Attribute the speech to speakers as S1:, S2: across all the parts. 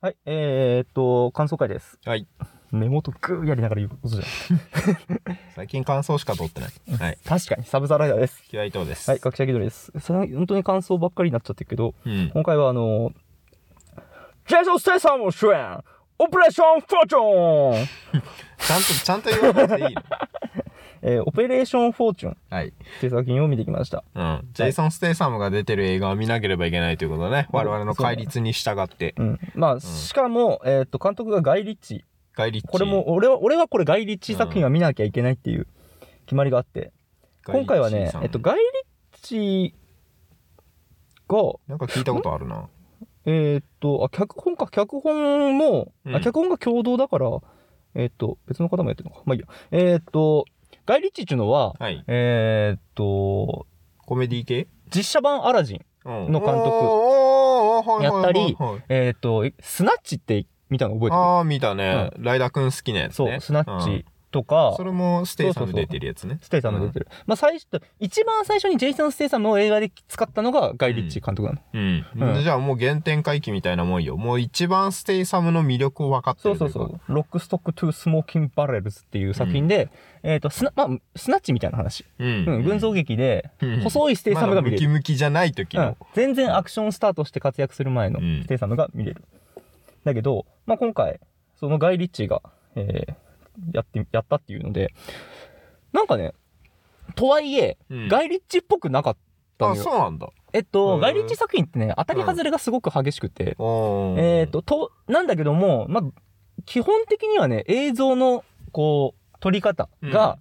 S1: はい、えー、っと、感想会です。
S2: はい。
S1: 根元グーやりながら言うことじゃん。
S2: 最近感想しか通ってない。はい。
S1: 確かに、サブザライダーです。
S2: 気合い等です。
S1: はい、学者気取りです。それ本当に感想ばっかりになっちゃってるけど、
S2: うん。
S1: 今回はあのジェイソン・ステイサム主演、オペレーション・フォーチュン
S2: ちゃんと、ちゃんと言わなくていいの。
S1: えーオペレーション・フォーチュンっ
S2: はい。
S1: ていう作品を見てきました。
S2: うん。ジェイソン・ステイサムが出てる映画を見なければいけないということね。我々の戒律に従って
S1: う。ん。まあ、しかも、えーっと、監督がガイ・リッチー。
S2: 戒律。
S1: これも、俺は、俺はこれガイ・リッチー作品は見なきゃいけないっていう決まりがあって、
S2: 戒
S1: 今
S2: 律
S1: 回はね
S2: さ、ん
S1: えっと、ガイ・リッチーが、
S2: なんか聞いたことあるな。
S1: えーっと、あ、脚本か、脚本も、
S2: うん
S1: あ、脚本が共同だから、えーっと、別の方もやってるのか。まあいいや。えーっと、ガイ・リッチっていうのは、
S2: はい。
S1: えーっと、
S2: コメディ系
S1: 実写版アラジン。
S2: うん
S1: の監督
S2: おーおーおーはいはいはいはい
S1: やえーっと、スナッチって見たの覚えてる
S2: ああ、見たね。ライダーくん好きなやつ
S1: そう、
S2: ね。
S1: スナッ
S2: う
S1: チ
S2: ん。
S1: とか、
S2: それもステイサム出てるやつね。
S1: ステイサム出てる。まあ最初、一番最初にジェイソン・ステイサムを映画で使ったのがガイ・リッチ監督なの。
S2: うん
S1: うん
S2: じゃあもう原点回帰みたいなもんよ。もう一番ステイサムの魅力を分かって
S1: そ
S2: る
S1: う
S2: と
S1: そ
S2: いうか。
S1: そう。ロックストック・トゥ・スモーキング・バレルズっていう作品で、えーっと、スナ、まあ、スナッチみたいな話。
S2: う。うん。
S1: うん、群像劇で
S2: うん、
S1: 細いステイサムが見れ
S2: まだムキ
S1: る。
S2: ムキじゃない時
S1: うん
S2: の。、
S1: 全然アクションスターとして活躍する前の
S2: うん
S1: ステイサムが見れる。だけど、まあ、今回、そのガイ・リッチーが、えーやって、やったっていうので、なんかね、とはいえ、
S2: うん
S1: ガイ・リッチーっぽくなかったの
S2: あ、
S1: よ。
S2: そうなんだ。
S1: えっ
S2: う
S1: と、
S2: ん
S1: ガイ・リッチー作品ってね、当たり外れがすごく激しくて、
S2: おー
S1: えーっ、と、と、なんだけども、まあ、基本的にはね、映像の、こう、撮り方
S2: うん
S1: が、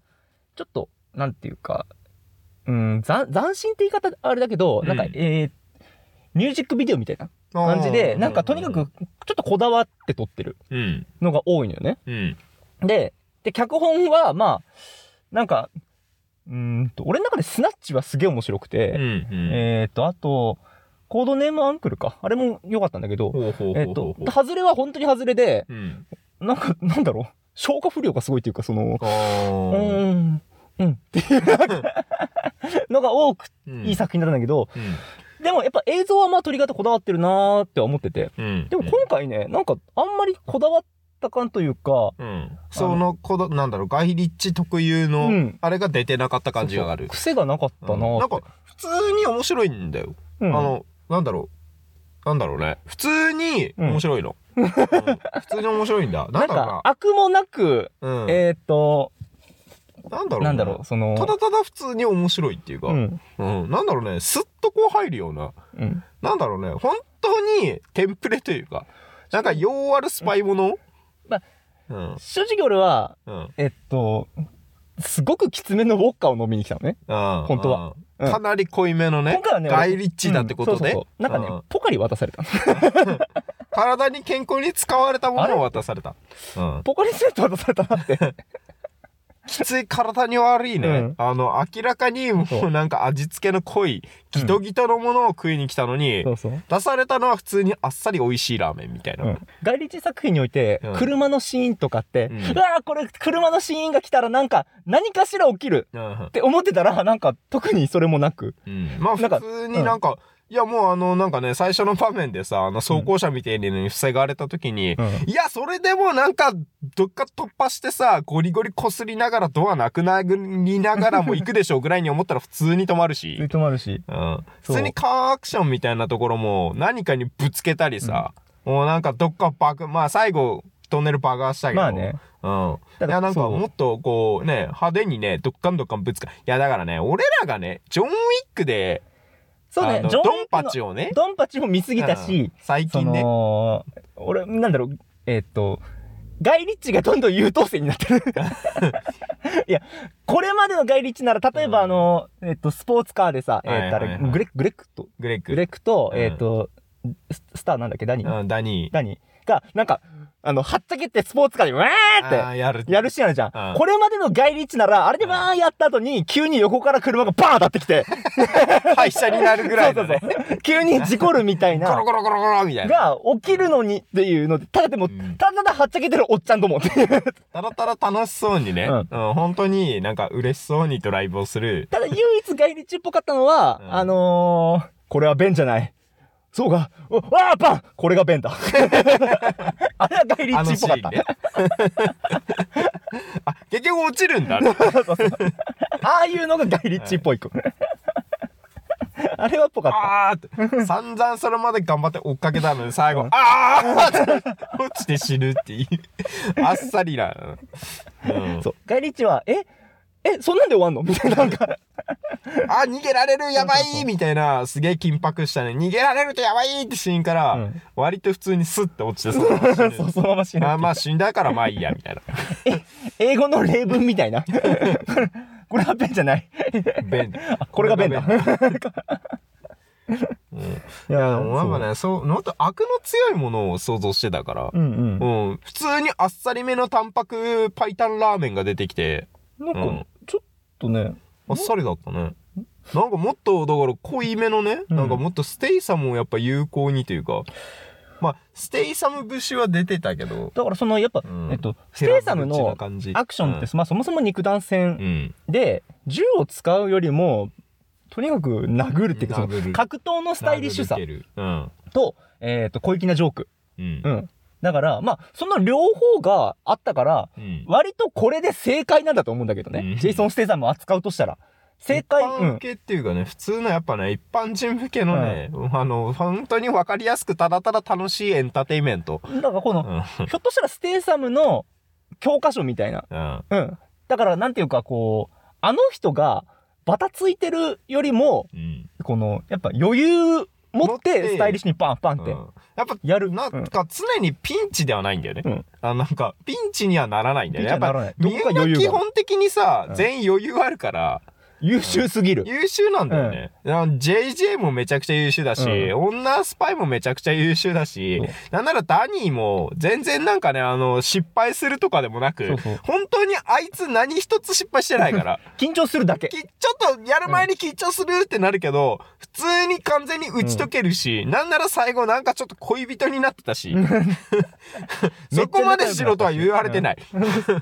S1: ちょっと、なんていうか、うん、ざん斬新って言い方あれだけど、なんか、
S2: うん
S1: えーミュージックビデオみたいな感じで、なんかとにかく、ちょっとこだわって撮ってる
S2: うん、
S1: のが多いのよね。
S2: うん、
S1: で、で、脚本は、まあ、なんか、うーんと、俺の中でスナッチはすげえ面白く
S2: うん、う
S1: て、
S2: ん。
S1: えーっと、あと、コードネームアンクルか。あれも良かったんだけど、
S2: ほうほうほうほう
S1: えっと、外れは本当に外れで、
S2: うん。
S1: なんか、なんだろう、消化不良がすごいっていうか、その、
S2: あ
S1: う
S2: ー
S1: ーん、うんっていうのが多く
S2: うん
S1: いい作品だったんだけど、
S2: うん
S1: でもやっぱ映像はまあ撮り方こだわってるなーって思ってて、
S2: うん。
S1: でも今回ね、なんかあんまりこだわった感というか、
S2: うん。その、この、なんだろう、ガイリッチ特有
S1: う
S2: の、
S1: ん
S2: あれが出てなかった感じがある。
S1: 癖がなかったな
S2: うん
S1: ー
S2: な
S1: っ
S2: んか
S1: て。、
S2: 普通に面白いんだよ。
S1: うん
S2: あの、なんだろう。なんだろうね。普通に面白いの。うん普通に面白いんだ。
S1: な
S2: なんんだろう
S1: か悪もなく、
S2: な。うん。
S1: えーっと、
S2: なんだろうな
S1: なんだろう、その、
S2: ただただ普通に面白いっていうか、
S1: う
S2: うん
S1: ん、
S2: なんだろうね、スッとこう入るような、
S1: うん、
S2: なんだろうね、本当にテンプレというか、なんか、ようあるスパイもの
S1: まあ
S2: うん、
S1: 正直俺は、
S2: うん、
S1: えっと、すごくきつめのウォッカを飲みに来たのね。
S2: 本
S1: 本当は。うん
S2: かなり濃いめのね、
S1: 今回はね
S2: ガイリッチーだってこ
S1: う
S2: と
S1: ん
S2: で、
S1: そうそうそうなんかね、
S2: うん
S1: ポカリ渡された。
S2: 体に健康に使われたものを渡された。うん、
S1: ポカリスエット渡されたな って。
S2: きつい体に悪いね、
S1: うん
S2: あの、明らかにも
S1: そう
S2: うなんか味付けの濃い、ギトギトのものを食いに来たのに、
S1: そうそう。
S2: 出されたのは普通にあっさり美味しいラーメンみたいな。
S1: うん、ガイリッチ作品において、
S2: うん
S1: 車のシーンとかって、
S2: う
S1: うんわーこれ車のシーンが来たらなんか何かしら起きる
S2: うん
S1: って思ってたらなんか特にそれもなく、
S2: まあ
S1: なんか
S2: 普通になんか、いやもうあのなんかね最初の場面でさあの走行車みたいなのに防がれた時に、いやそれでもなんかどっか突破してさゴリゴリ擦りながらドアなくなりながらも行くでしょうぐらいに思ったら普通に止まるし、
S1: 止まるし
S2: うん、普
S1: そう
S2: 通にカーアクションみたいなところも何かにぶつけたりさ、もうなんかどっか爆まあ最後トンネル爆破したけど、
S1: まあね
S2: うん
S1: だ
S2: いやなんか
S1: そう
S2: もっとこうね派手にねどっかんどっかんぶつかいやだからね俺らがねジョン・ウィックで
S1: そう
S2: あ
S1: ね
S2: の
S1: ジョン・
S2: ドンパチをね
S1: ドンパチも見すぎた
S2: う
S1: し
S2: ん、最
S1: そ
S2: 近ね
S1: の俺なんだろうえーっとガイリッチがどんどん優等生になってるいやこれまでのガイリッチなら例えばあの、えーっとスポーツカーでさ、えーっとあれ
S2: はいはいはい
S1: グレッグレックと
S2: グレッグ
S1: グレックと、
S2: うん
S1: えっ、と、ススターなんだっけ、ダニー、
S2: うん、ダニー
S1: ダニーが、なんか、あの、はっちゃけってスポーツカーで、わー
S2: あ
S1: っ
S2: ーやる
S1: て、やるシーンあるじゃん。
S2: うん
S1: これまでのガイリッチなら、あれでわーやった後に、急に横から車がバーン当たってきて、
S2: 廃車になるぐらい
S1: そ
S2: の
S1: う
S2: ね
S1: そうそう。急に事故るみたい
S2: コロ
S1: な、
S2: コロコロコロみたいな
S1: が起きるのにっていうので、ただでも、
S2: うん
S1: ただただはっちゃけてるおっちゃんどもって いう。
S2: ただただ楽しそうにね、
S1: うん
S2: うん本当になんか嬉しそうにドライブをする
S1: ただ唯一ガイリッチっぽかったのは、
S2: うん
S1: あのー、これは便じゃない。そうか。うわあ、パンこれがベンだ。 あれはガイリ
S2: あ
S1: ッチ
S2: の
S1: っ
S2: シ
S1: ぽかっ
S2: ー
S1: た
S2: ン。ね。 あ、結局落ち るんだね。
S1: ああいうのがガイリッチっぽい。 あれはっぽかっ
S2: あーって。散々それまで頑張って追っかけたのに、最後、あーって落ちて死ぬっていう。あっさりな。うん
S1: た。そう。ガイリッチは、ええ、そんなんで終わんのみたいな、なんか、
S2: あ、逃げられる、やば
S1: そうそうそ
S2: いみたいな、すげえ緊迫したね。逃げられるとやばいってシーンから、
S1: うん
S2: 割と普通にスッて落 ちてさ、
S1: そうそのまま死ぬっていう
S2: まあまあ死んだからまあいいや、みたいな。
S1: 英語の例文みたい な。これはベンじゃない。
S2: 弁
S1: これがベンだ。
S2: これが弁
S1: いや
S2: うん。なんかね、そう、なんと悪の強いものを想像してたから
S1: う、んうん
S2: う。ん。普通にあっさりめのタンパクパイタンラーメンが出てきて、
S1: なんか、
S2: うん
S1: ちょっとね、
S2: あっさりだったね。なんかもっと、だから濃いめのね、
S1: うん
S2: なんかもっとステイサムをやっぱ有効にというか、まあ、ステイサム節は出てたけど、
S1: だからその、やっぱ、
S2: うん
S1: えっと、ステイサム
S2: 平
S1: の
S2: 口な感じ
S1: アクションって、まあそもそも肉弾
S2: うん
S1: 戦
S2: うん
S1: で、銃を使うよりも、とにかく殴るっていうか、そ
S2: 殴
S1: の
S2: る
S1: 格闘のスタイリッシュさ
S2: 殴り受けるうん
S1: と、えっと、小粋なジョーク。
S2: うん
S1: う、ん。だから、まあ、その両方があったから、
S2: うん
S1: 割とこれで正解なんだと思うんだけどね。
S2: うん
S1: ジェイソン・ステイサムを扱うとしたら。正解、
S2: 一般向けっていうかね、普通のやっぱね一般人向けのね、あの本当に分かりやすくただただ楽しいエンターテインメント、
S1: うん。だからこの
S2: う、ん
S1: ひょっとしたらステイサムの教科書みたいな。
S2: うん
S1: うん。だから、なんていうか、こう、あの人がバタついてるよりも、
S2: うん
S1: この、やっぱ余裕持
S2: 持
S1: っ
S2: って
S1: て、スタイリッシュにパンパン
S2: う
S1: っ
S2: ん
S1: て
S2: やっぱ
S1: やる。
S2: なん
S1: うん
S2: か常にピンチではないんだよね、
S1: うん
S2: あなんかピンチにはならないんだよね
S1: ピ
S2: や
S1: ン
S2: っ
S1: チにはならない
S2: ぱみ
S1: ど
S2: ん
S1: こか
S2: な
S1: 余裕が
S2: 基本的にさ、
S1: うん
S2: 全員余裕あるから
S1: 優秀すぎる。
S2: 優秀なんだよね、あの JJ もめちゃくちゃ優秀だし、
S1: う
S2: 女スパイもめちゃくちゃ優秀だし
S1: そう
S2: なんならダニーも全然なんかねあの失敗するとかでもなく
S1: そうそう
S2: 本当にあいつ何一つ失敗してないから
S1: 緊張する だけ。
S2: きちょっとやる前に緊張するってなるけど、普通に完全に打ち解けるし、なんなら最後なんかちょっと恋人になってたしそこまでしろとは言われてない、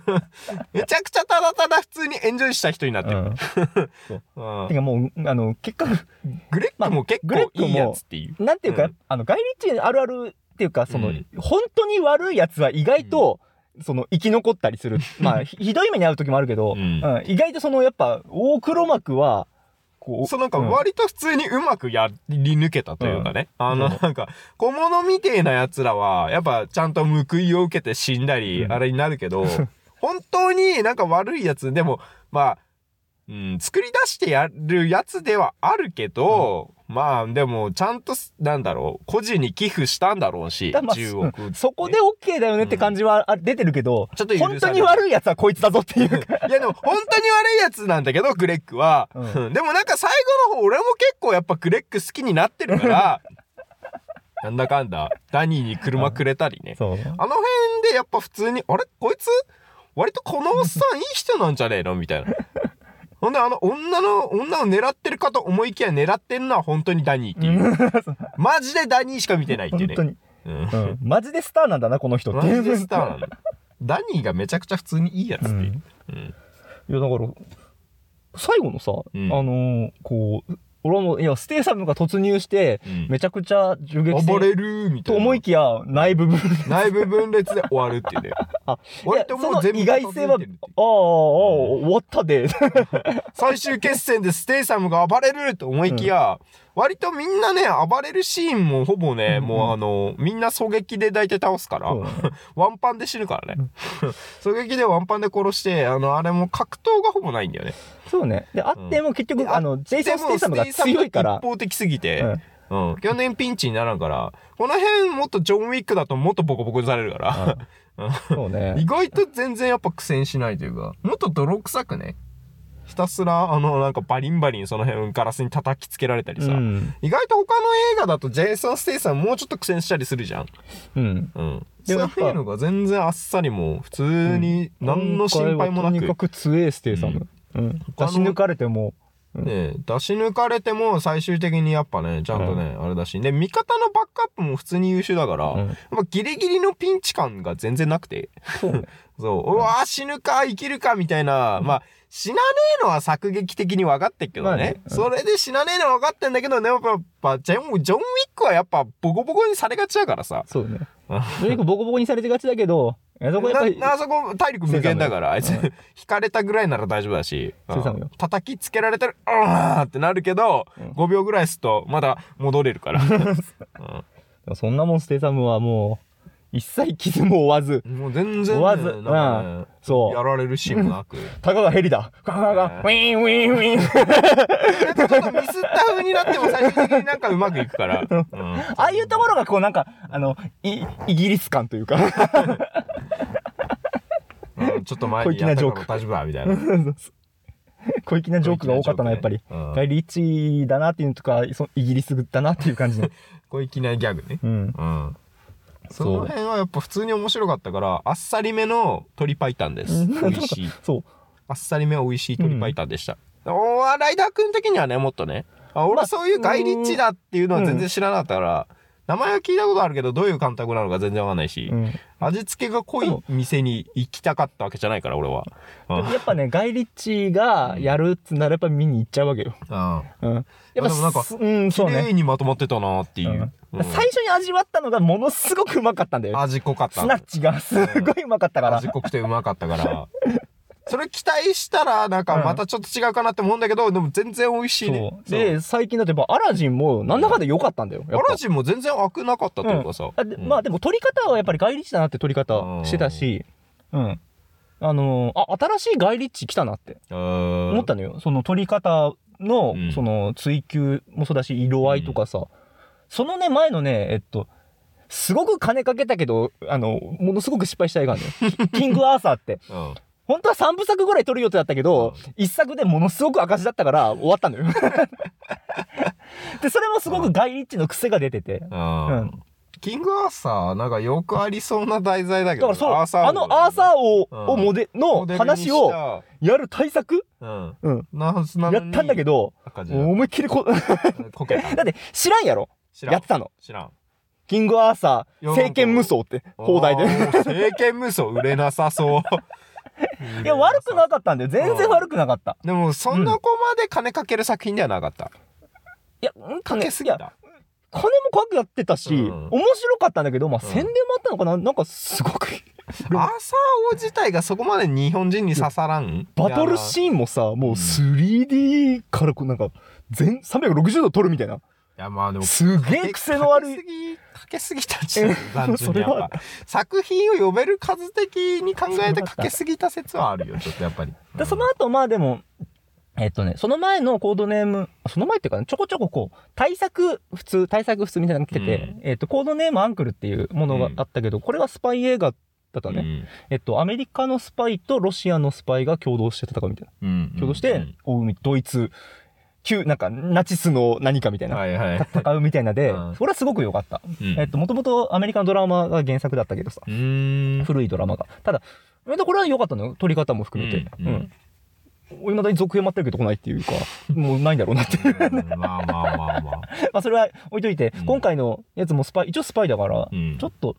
S2: めちゃくちゃただただ普通にエンジョイした人になってる、
S1: うん
S2: うん
S1: てかもう、あの、結果、
S2: グレッグも結
S1: まあグ
S2: 構
S1: レッグも
S2: いいやつっていう。
S1: なんていうか、
S2: うん
S1: あの、ガイリッチあるあるっていうか、その、
S2: うん
S1: 本当に悪いやつは意外と、その、生き残ったり する。まあ、ひひどい目に遭う時もあるけど、
S2: う
S1: うんん意外とその、やっぱ、大黒幕は、こう、
S2: そうなんか
S1: ん
S2: 割と普通にうまくやり抜けたというかね。あの
S1: そう
S2: なんか小物みてえな奴らはやっぱちゃんと報いを受けて死んだり
S1: うん
S2: あれになる けど、本当になんか悪いやつでもまあ、うん、作り出してやるやつではあるけど、まあでもちゃんとすなんだろう個人に寄付したんだろうし
S1: だからまあ
S2: 10億、
S1: うんそこで OK だよねって感じはあ出てるけど、
S2: ちょっと許され
S1: 本当に悪いやつはこいつだぞ っていうか。
S2: いやでも本当に悪いやつなんだけど、グレッグは。
S1: う
S2: でもなんか最後の方、俺も結構やっぱグレッグ好きになってるから、 なんだかんだ、ダニーに車くれたりね。
S1: そう。
S2: あの辺でやっぱ普通に、あれこいつ、割とこのおっさんいい人なんじゃねえのみたいな。ほんであの女の、女を狙ってるかと思いきや狙ってるのは本当にダニーっていう。マジでダニーしか見てないってい
S1: 本
S2: うね。
S1: 当に、
S2: うん
S1: うん。マジでスターなんだな、この人って
S2: マ
S1: いう。
S2: ジでスターなんだ。ダニーがめちゃくちゃ普通にいいやつっていう。うん
S1: いや、だから、最後のさ、
S2: ん
S1: あのーこう、俺も、いや、ステイサムが突入して、
S2: うん
S1: めちゃくちゃ銃 撃
S2: 溺
S1: 戦
S2: れるみ
S1: と
S2: たいな。
S1: 思いきや、内部分。
S2: 内部分裂で終わるっていうね。
S1: あ、
S2: 割ともう全部
S1: いやその意外性は、ああ
S2: 片付いてるってい、
S1: ああ終わったで。
S2: 最終決戦でステイサムが暴れると思いきや、割とみんなね、暴れるシーンもほぼね、
S1: うん
S2: もうあの、みんな狙撃で大体倒すから、
S1: そうだ
S2: ワンパンで死ぬからね。 狙撃でワンパンで殺して、あの、あれも格闘がほぼないんだよね。
S1: そうね。で、あっても結局、あの、ジェイソン・ステイサムが
S2: でもステイサム
S1: 強いから
S2: 一、方的すぎて、
S1: う
S2: うんん去年ピンチにならんから、この辺もっとジョン・ウィックだともっとボコボコにされるから、
S1: そうね
S2: 意。外と全然やっぱ苦戦しないというか、もっと泥臭くね。ひたすら、あの、なんかバリンバリンその辺ガラスに叩きつけられたり
S1: う
S2: さ。
S1: ん。
S2: 意外と他の映画だとジェイソン・ステイさんもうちょっと苦戦したりするじゃん。
S1: うん。
S2: うん。
S1: で
S2: そう
S1: もやっぱ
S2: いうのが全然あっさりもう普通に何の心配もな
S1: 今回はとにかく
S2: く。
S1: 強えステイサム。うん。出し抜かれても、うん
S2: ね、出し抜かれても最終的にやっぱね、ちゃんとね、あれだし。で、味方のバックアップも普通に優秀だから、
S1: うん
S2: まあ、ギリギリのピンチ感が全然なくて。そう、うわー死ぬか、生きるか、みたいな。まあ、死なねえのは作劇的に分かってっけど
S1: ま
S2: ね。
S1: あねうん
S2: それで死なねえのは分かってんだけど、ね、やっぱ、ジョン、ジョンウィックはやっぱボコボコにされがちだからさ。
S1: そうね
S2: うん。
S1: とにかくボコボコにされてがちだけ ど、えそこやっぱり
S2: な、なあそこ体力無限だから、あいつ、
S1: セサミ
S2: 引かれたぐらいなら大丈夫だし、
S1: セサミよ
S2: 叩きつけられてる、うわーってなるけど、
S1: うん
S2: 5秒ぐらいすると、まだ戻れる から。
S1: そんなもんステサムはもう、一切傷も負わず、
S2: もう全然、
S1: 追
S2: ね、
S1: わず
S2: なんかね
S1: そう
S2: やられるシーンもなく。
S1: たかがヘリだ。ガガガ、ウィーンウィーンウィーン。
S2: ちょっとミスった風になっても最終的になんかうまくいくから。 うん
S1: ああいうところがこうなんか、あの、いイギリス感というか、
S2: うんちょっと前
S1: 小
S2: に
S1: 粋
S2: や
S1: な
S2: った
S1: ジョー
S2: から
S1: ク
S2: 大丈夫だ、みたいな。
S1: 小粋なジョークが多かったな、やっぱり。
S2: うん
S1: ガイリッチーだなっていうのとか、そイギリスだなっていう感じの。
S2: 小粋なギャグね。
S1: うん。
S2: うん。そ
S1: そう
S2: の辺はやっぱ普通に面白かったから、あっさりめの鶏白湯です。美味しい。
S1: そう。
S2: あっさりめ美味しい鶏白湯でした。おー、ライダー君的にはね、もっとね。あ俺
S1: ま
S2: は
S1: あ
S2: そういうガイリッチだっていうのは全然知らなかったから、名前は聞いたことあるけど、どういう監督なのか全然わかんないし、
S1: うん。
S2: 味付けが濃い店に行きたかったわけじゃないから、俺は。うん
S1: やっぱね、ガイリッチーがやるっつならやっぱ見に行っちゃうわけよ。
S2: うん。
S1: うん。やっぱ、
S2: でもなんか
S1: すうん、
S2: 綺
S1: そうね。
S2: 麗にまとまってたなってい
S1: う
S2: う。
S1: ん
S2: うん
S1: 最初に味わったのがものすごくうまかったんだよ。
S2: 味濃かった。
S1: スナッチがすごいうまかったから
S2: 味。濃くてうまかっ たから。それ期待したら、なんか
S1: うん
S2: またちょっと違うかなって思うんだけど、でも全然美味しいね
S1: そ。う。
S2: そう
S1: で、最近だとやっぱアラジンも、なんだかんだ良かったんだよ。やっ
S2: ア
S1: ぱ
S2: ラジンも全然悪なかったというかさ。
S1: あで
S2: うん
S1: まあでも撮り方はやっぱりガイリッチだなって撮り方してたし、うん。あのーあ、新しいガイリッチ来たなって
S2: 思
S1: 思ったのよ。その撮り方の
S2: うん、
S1: その追求もそうだし、色合いとかさ。そのね、前のね、えっと、すごく金かけたけど、あの、ものすごく失敗した映画なの よ。キングアーサーって。
S2: うん
S1: 本当は3部作ぐらい撮る予定だったけど、1作でものすごく赤字だったから終わったのよ。 で、それもすごくガイリッチの癖が出てて。
S2: うん
S1: うん
S2: キングアーサーなんかよくありそうな題材だけ
S1: だ
S2: ど
S1: か
S2: ね、
S1: らそう、
S2: 王
S1: あのアーサー王をモデ、の
S2: モデルに
S1: 話
S2: し
S1: を
S2: た
S1: やる対策、
S2: うん
S1: うん、
S2: なはずなの
S1: や
S2: に
S1: ったんだけど、
S2: 赤字だ
S1: 思いっきりこ、 だ
S2: こけた
S1: って知らんやろ
S2: 知ら
S1: や
S2: ん
S1: ってたの。
S2: 知らん
S1: キングアーサ
S2: い
S1: ー、
S2: や
S1: 政権無双って、放題
S2: お
S1: で。
S2: ー政権無双売れなさそう
S1: いや、悪くなかったんだよ。全
S2: う
S1: 然
S2: ん
S1: 悪くなかった。
S2: でもそんな子まで金かける作品ではなかった、
S1: いや、うん
S2: かけすぎ
S1: いや
S2: た
S1: 金も怖くやってたし、
S2: うん
S1: 面白かったんだけど、まあ、
S2: うん
S1: 宣伝もあったのかななんかすごく、
S2: アーサー王自体がそこまで日本人に刺さらん
S1: バトル
S2: ーン
S1: シーンもさ、もう 3D からこうなんか、全、360度撮るみたいな。
S2: いやまあでも
S1: すげえ癖の悪い
S2: か。けすぎかけすぎたんじゃない単 純
S1: そ
S2: に
S1: れ
S2: やっ
S1: は
S2: ぱ作品を呼べる数的に考えてかけすぎた説はあるよちょっとやっぱり
S1: で、その後、まあでも、えっとね、その前のコードネーム、その前っていうかね、ちょこちょここう、対策普通、対策普通みたいなの来てて、
S2: うん
S1: えっと、コードネームアンクルっていうものがあったけど、これはスパイ映画だったね。えっと、アメリカのスパイとロシアのスパイが共同して戦うみたいな。
S2: うん
S1: 共同して、こうドイツ、旧、なんか、ナチスの何かみたいな、
S2: はいはい
S1: 戦うみたいなで、
S2: うん
S1: それはすごく良かった。
S2: うん
S1: えっと、もともとアメリカのドラマが原作だったけどさ、
S2: うーん
S1: 古いドラマが。ただ、えっとこれは良かったのよ。撮り方も含めて。
S2: うんうん
S1: うん。いまだに続編待ってるけど来ないっていうか、 もうないんだろうなって。
S2: うんまあまあまあまあ
S1: まあそれは置いといて、
S2: うん
S1: 今回のやつもスパイ、一応スパイだから、
S2: うん
S1: ちょっと、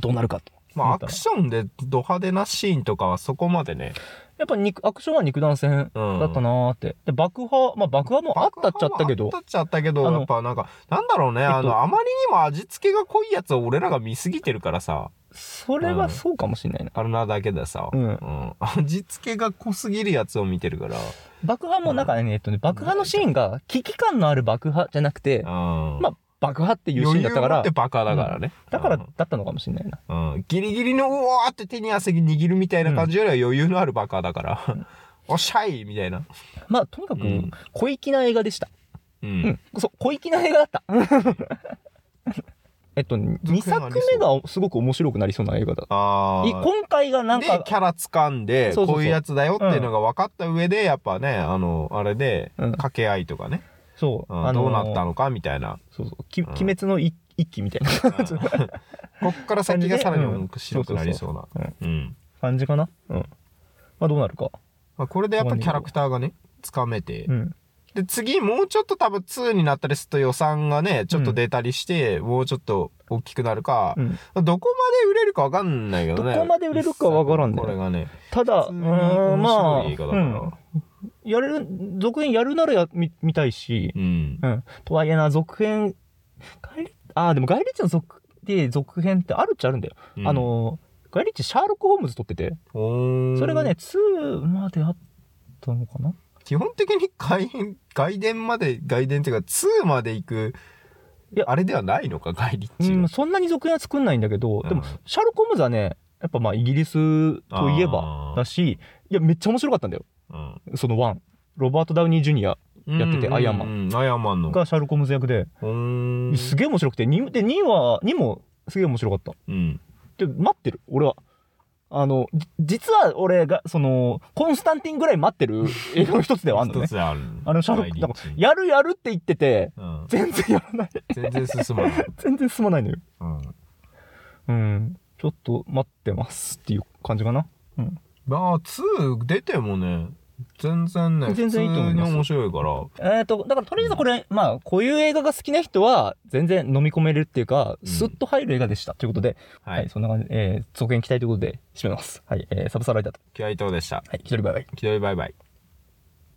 S1: どうなるかと。
S2: まあアクションでド派手なシーンとかはそこまでね
S1: やっぱ肉、アクションは肉弾戦だったなーって。で、爆破、まあ爆破もあったっちゃったけど
S2: あった、っちゃったけど
S1: あの
S2: やっぱなんかなんだろうね
S1: っと
S2: あのあまりにも味付けが濃いやつを俺らが見すぎてるからさ
S1: それはそうかもしれないな。
S2: あれなだけでさ、
S1: うん
S2: ん味付けが濃すぎるやつを見てるから
S1: 爆破もなんかね、えっとね、爆破のシーンが危機感のある爆破じゃなくて、
S2: うん
S1: まあ爆破っていうシー
S2: 余
S1: ン
S2: 裕
S1: だったか
S2: 持っ
S1: ら
S2: て、バカだからね。
S1: だからだったのかもしれないな。
S2: うん、うんギリギリのうわーって手に汗握るみたいな感じよりは余裕のあるバカだから。 おっしゃいみたいな。
S1: まあとにかく
S2: うん
S1: 小粋な映画でした。
S2: うん。
S1: うん、そう小粋な映画だった。 えっと、2作目がすごく面白くなりそうな映画だ。
S2: あ
S1: い
S2: あ。
S1: 今回がなん
S2: で
S1: か、
S2: キャラ掴んで
S1: そうそうそう
S2: こういうやつだよっていうのが分かった上でやっぱねあのあれで
S1: うん
S2: 掛け合いとかね、
S1: そう、
S2: うん
S1: あの
S2: どうなったのかみた いな、
S1: そうそう、き
S2: うん
S1: 鬼滅の一一期みたいな
S2: うんこっから先がさらに面白くなりそうな
S1: そうそう
S2: うん
S1: 感じかな。うん。まあどうなるか。
S2: まあこれでやっぱキャラクターがねつかめて、
S1: うん。
S2: で、次、もうちょっと多分2になったりすると予算がね、ちょっと出たりして、もうちょっと大きくなるか、
S1: うん
S2: どこまで売れるかわかんないけどね。
S1: どこまで売れるかわからんね
S2: これがね。
S1: ただ、う
S2: 普通に
S1: ーん、
S2: 面
S1: まあ、
S2: 白
S1: う
S2: い映画だから
S1: ん、やれる、続編やるならや見見たいし、
S2: うん。
S1: うん。とはいえな、続編、ガイリああ、でもガイリッチの続、で、続編ってあるっちゃあるんだよ。あ、の、ガイリッチ、シャーロック・ホームズ撮ってて、そ
S2: そ
S1: れがね、、2まであったのかな
S2: 基本的に外伝、外伝まで、外伝っていうか、2まで行く
S1: いや、
S2: あれではないのか、外立
S1: う
S2: 地
S1: ん、そんなに続編は作んないんだけど、でも、シャーロック・ホームズはね、やっぱまあ、イギリスといえば
S2: あー
S1: だし、いや、めっちゃ面白かったんだよ。
S2: うん
S1: その1。ロバート・ダウニー・ジュニア
S2: うん
S1: やっててアイアンマン
S2: ン。アイアンマンの。
S1: がシャーロック・ホームズ役で、
S2: うーん
S1: すげえ面白くて、2, で2は、2もすげえ面白かった。
S2: うん。
S1: で、待ってる、俺は。あの、じ実は俺が、その、コンスタンティンぐらい待ってる映画の一つではあるのね
S2: 一。つある。
S1: あの、シャーロック、
S2: 外
S1: なん
S2: 立
S1: か
S2: 地、
S1: やるやるって言ってて、
S2: うん
S1: 全然やらない。
S2: 全然進まない。
S1: 全然進まないのよ。
S2: うん
S1: うん。ちょっと待ってますっていう感じかな。
S2: まあ、2出てもね、全然ね、
S1: 全然いいと思います
S2: 普通に面白いから。
S1: えっ、と、だからとりあえずこれ、まあ、こういう映画が好きな人は、全然飲み込めるっていうか、
S2: うん
S1: スッと入る映画でした。ということで、
S2: は
S1: はい、
S2: い。
S1: そんな感じ、えー、続編期待ということで、締めます。はい、えー、サブサライダーと。
S2: 気合い等でした。
S1: はい、一人バイバイ。
S2: 気取りバイバイ。